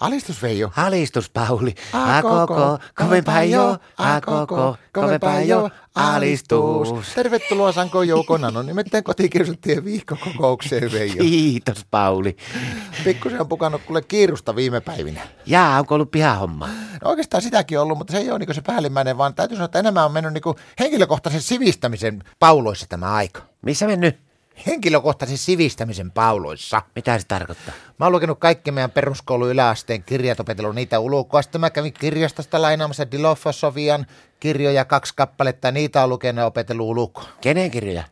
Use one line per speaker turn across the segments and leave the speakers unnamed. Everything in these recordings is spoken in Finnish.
Alistus Veijo.
Alistus, Pauli. A koko, kovempaa jo, a koko, kovempaa jo, alistus.
Tervetuloa Sanko Jouko Nanon nimittäin kotikiusattien viikkokokoukseen Veijo.
Kiitos, Pauli.
Pikkusen on pukannut kuule kiirusta viime päivinä.
Jaa, onko ollut pihahomma?
No oikeastaan sitäkin on ollut, mutta se ei ole niinku se päällimmäinen, vaan täytyy sanoa, että enemmän on mennyt niinku henkilökohtaisen sivistämisen pauloissa tämä aika.
Missä mennyt?
Henkilökohtaisen sivistämisen pauloissa.
Mitä se tarkoittaa?
Mä oon lukenut kaikki meidän peruskoulun yläasteen kirjat, opetellut niitä ulkoa. Sitten mä kävin kirjastosta lainaamassa Dilofosofian kirjoja kaksi kappaletta. Niitä on lukenut ja opetellut ulkoa.
Kenen kirjoja?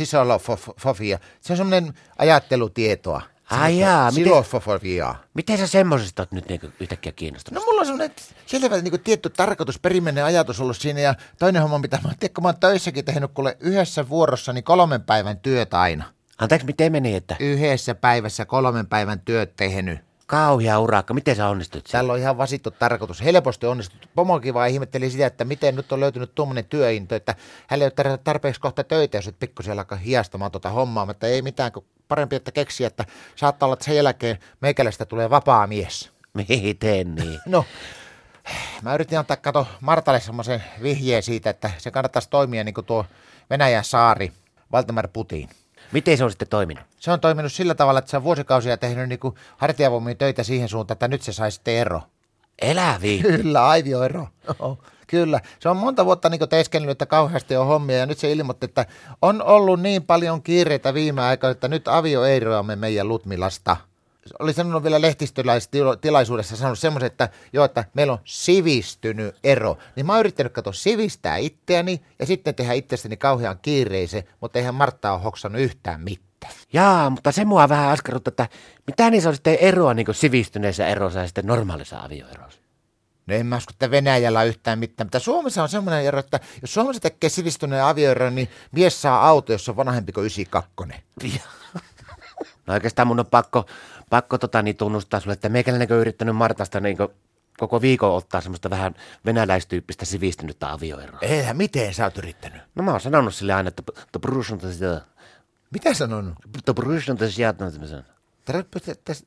Disolofofia. Se on semmoinen ajattelutietoa.
Ai jaa, miten-
Silofofobia.
Miten sä semmoisesta oot nyt niinku yhtäkkiä kiinnostunut?
No mulla on semmoinen selvä niin tietty tarkoitus, perimmäinen ajatus ollut siinä ja toinen homma, mitä mä, tiedä, kun mä oon töissäkin tehnyt kuule yhdessä vuorossa, niin kolmen päivän työt aina.
Anteeksi, miten meni, että
Yhdessä päivässä kolmen päivän työt tehnyt.
kauhea urakka, miten sä onnistut siellä?
Tällä on ihan vasittu tarkoitus. Helposti onnistuttu. Pomokin vaan ihmetteli sitä, että miten nyt on löytynyt tuommoinen työinto, että hänellä ei ole tar- tarpeeksi kohta töitä, jos et pikkusen alkaa hiastamaan tuota hommaa, mutta ei mitään, kun parempi, että keksiä, että saattaa olla, että sen jälkeen meikälästä tulee vapaa mies.
Miten niin?
No, mä yritin antaa kato Martalle semmoisen vihjeen siitä, että se kannattaisi toimia niin kuin tuo Venäjän saari Valdemar Putin.
Miten se on sitten toiminut?
Se on toiminut sillä tavalla, että se on vuosikausia tehnyt niin hartiavoimia töitä siihen suuntaan, että nyt se sai sitten ero.
Elä viin.
Kyllä, aivioero. Joo, Kyllä. Se on monta vuotta niin teeskennellyt, että kauheasti on hommia ja nyt se ilmoitti, että on ollut niin paljon kiireitä viime aikoina, että nyt avioeroamme meidän Lutmilasta. Oli sanonut vielä lehtistötilaisuudessa sanonut semmoisen, että joo, että meillä on sivistynyt ero. Niin mä oon yrittänyt katsoa sivistää itseäni ja sitten tehdä itsestäni kauhean kiireisen, mutta eihän Martta ole hoksannut yhtään mitään.
Jaa, mutta se mua vähän askarruttaa, että mitä niissä on sitten eroa niin sivistyneessä erossa ja sitten normaalissa avioerossa?
No en mä usko, että Venäjällä on yhtään mitään, mutta Suomessa on semmoinen ero, että jos Suomessa tekee sivistyneen avioeron, niin mies saa auto, jos on vanhempi kuin 92.
No oikeastaan mun on pakko, pakko tota, niin tunnustaa sulle, että meikäläinen on yrittänyt Martasta niin koko viikon ottaa semmoista vähän venäläistyyppistä sivistynyttä avioeroa.
Eihän, miten sä oot yrittänyt?
No mä oon sanonut sille aina, että p- to brusunta sitä,
Mitä sanonut?
to brusunta sitä, no, se mä sanon.
Tarkoittaa, että täs-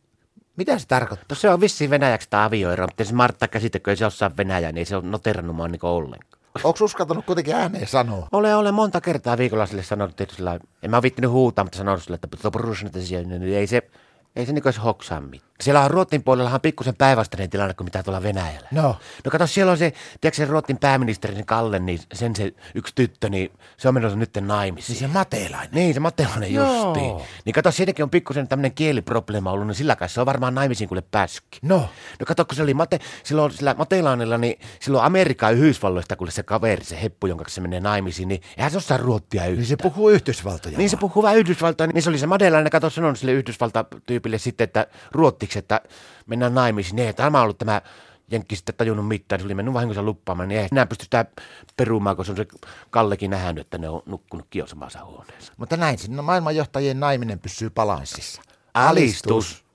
Mitä se tarkoittaa?
No se on vissiin venäjäksi tämä avioero, mutta se Martta käsittäkö ei se osaa venäjää, niin ei se on noterannut mua niin ollenkaan.
Onko uskaltanut kuitenkin ääneen sanoa?
Ole, ole monta kertaa viikolla sille sanonut, tietysti sillä, lailla- en mä ole viittinyt huutaa, mutta sanonut sille, että to brusunta sitä, niin ei se, ei se niinku edes hoksaa mitään. Siellä on Ruotin puolellahan pikkusen päinvastainen tilanne kuin mitä tuolla Venäjällä.
No.
No kato, siellä on se, tiedätkö se Ruotin pääministeri, niin Kalle, niin sen se yksi tyttö, niin se on menossa nyt naimisiin.
Siis se mateilainen.
Niin, se Matteonen
Joo.
justiin. Niin kato, siinäkin on pikkusen tämmöinen kieliprobleema ollut, niin sillä kai se on varmaan naimisiin kuule päässytkin.
No.
No kato, kun se oli Mate, silloin sillä Mateilaanilla, niin silloin Amerikka Yhdysvalloista, kuule se kaveri, se heppu, jonka kanssa se menee naimisiin, niin eihän se osaa ruottia yhtään.
Niin se puhuu Yhdysvaltoja.
Niin se puhuu vähän Yhdysvaltoja, niin se oli se Madelainen, kato sanonut sille Yhdysvalta-tyypille sitten, että ruottiksi, että mennään naimisiin. Niin ei tämä on ollut tämä Jenkki sitten tajunnut mitään, se oli mennyt vahingossa luppaamaan, niin ei enää pysty sitä perumaan, kun se on se Kallekin nähnyt, että ne on nukkunut kiosamassa huoneessa.
Mutta näin, sinne maailmanjohtajien naiminen pysyy balanssissa.
Alistus.